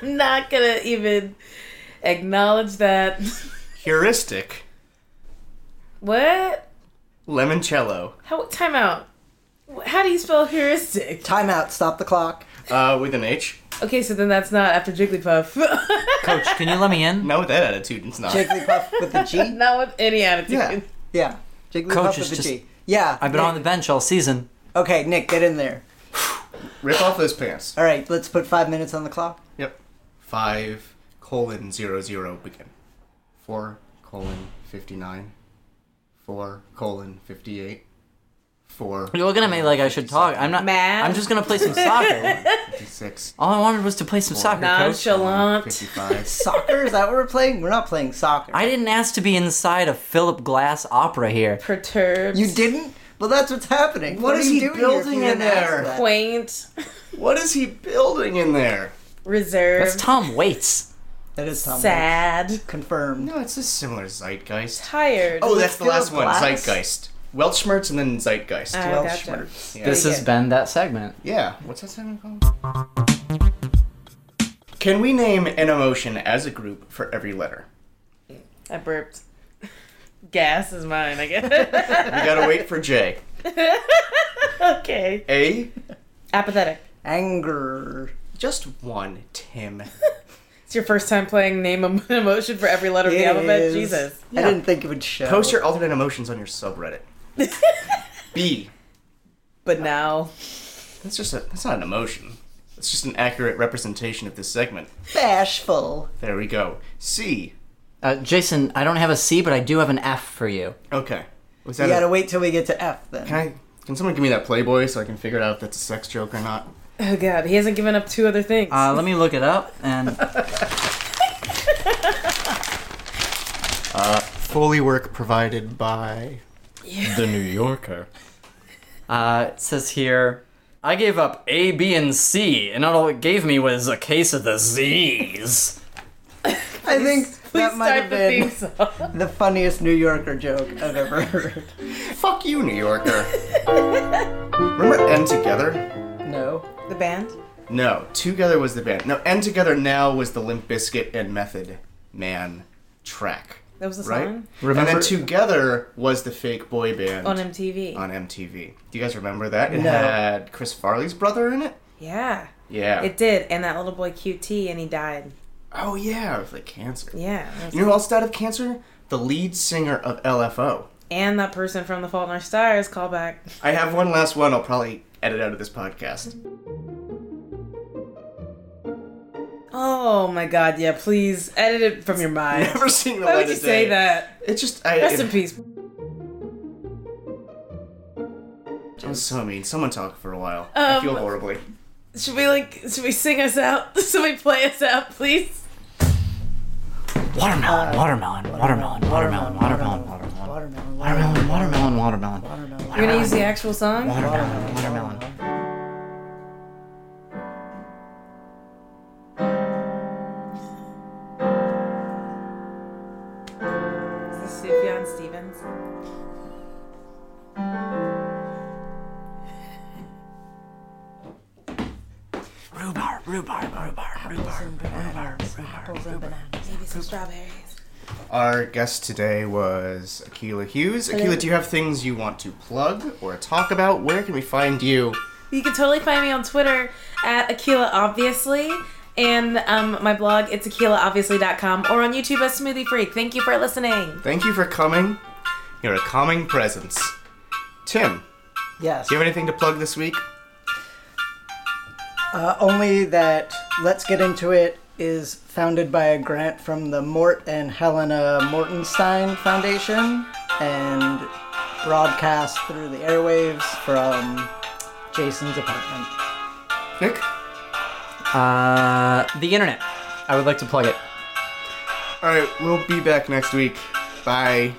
I'm not gonna even acknowledge that. heuristic, What? limoncello, How? Time out. How do you spell heuristic? Time out. Stop the clock. uh, with an H. Okay, so then that's not after Jigglypuff. Coach, can you let me in? Not with that attitude, it's not. Jigglypuff with the G. not with any attitude. Yeah. Yeah. Jigglypuff Coach with is the just- G. Yeah. I've been on the bench all season. Okay, Nick, get in there. Rip off those pants. All right, let's put five minutes on the clock. Yep. Five colon zero zero begin. Four colon fifty nine. Four colon fifty eight. Four You're looking at me like I should talk. I'm not Mad. I'm just gonna play some soccer. fifty six. All I wanted was to play some soccer, coach. Fifty Nonchalant. five. Soccer? Is that what we're playing? We're not playing soccer. I didn't ask to be inside a Philip Glass opera here. Perturbed. You didn't? Well, that's what's happening. What are is you he doing here if building you in didn't ask there? that? Quaint. What is he building in there? That's Reserved. Tom Waits. That is Tom. Hanks. sad. Confirmed. No, it's a similar zeitgeist. Tired. Oh, that's the still last one. glass? Uh. Zeitgeist. Weltschmerz and then Zeitgeist. I Well, Ah, gotcha. sure. yeah. This has been that segment. yeah. What's that segment called? Can we name an emotion as a group for every letter? I burped. Gas is mine, I guess. We gotta wait for J. okay. A Apathetic. Anger. Just one, Tim. It's your first time playing name em- emotion for every letter of the It alphabet. is. Jesus. I didn't think it would show. Post your alternate emotions on your subreddit. B. But now, That's just a. That's not an emotion. That's just an accurate representation of this segment. Bashful. There we go. C. Uh, Jason, I don't have a C, but I do have an F for you. Okay. Was You that? gotta A, wait till we get to F then. can I? Can someone give me that Playboy so I can figure out if that's a sex joke or not? oh god, he hasn't given up two other things. Ah, Uh, let me look it up and Foley work provided by. The New Yorker. Uh, it says here, I gave up A, B, and C, and all it gave me was a case of the Z's. I think that might have Start the theme been song. the funniest New Yorker joke I've ever heard. Fuck you, New Yorker. Remember End Together? No. The band. No, Together was the band. No, End Together now was the Limp Bizkit and Method Man track. That was the right? song And then Together was the fake boy band on MTV. on MTV. Do you guys remember that? It No. had Chris Farley's brother in it. yeah, Yeah. it did. And that little boy QT, and he died. oh yeah, with like cancer. Yeah. You know who else died of cancer? The lead singer of LFO. And that person from The Fault in Our Stars callback. I have one last one. I'll probably edit out of this podcast. Oh my god, yeah, please edit it from your mind. Never seen the Why light would you of say day. that? It's just I. Rest it, in peace. I was so mean. Someone talk for a while. I Um, feel horribly. Should we like should we sing us out? Somebody play us out, please. Watermelon, watermelon, watermelon, watermelon, watermelon, watermelon, Watermelon. watermelon, watermelon, watermelon, Watermelon. You're gonna use the actual song? watermelon, watermelon. Is this Sufjan Stevens? Rhubarb, rhubarb, rhubarb, rhubarb, rhubarb, rhubarb, rhubarb. Maybe some strawberries. Our guest today was Akila Hughes. Akila, do you have things you want to plug or talk about? Where can we find you? You can totally find me on Twitter at Akila Obviously. And um, my blog, it's AkilaObviously.com, or on YouTube as Smoothie Freak. Thank you for listening. Thank you for coming. You're a calming presence. Tim, Yes. Do you have anything to plug this week? Uh, only that Let's Get Into It is founded by a grant from the Mort and Helena Mortenstein Foundation and broadcast through the airwaves from Jason's apartment. Nick? Uh, the internet. I would like to plug it. All right, we'll be back next week. Bye.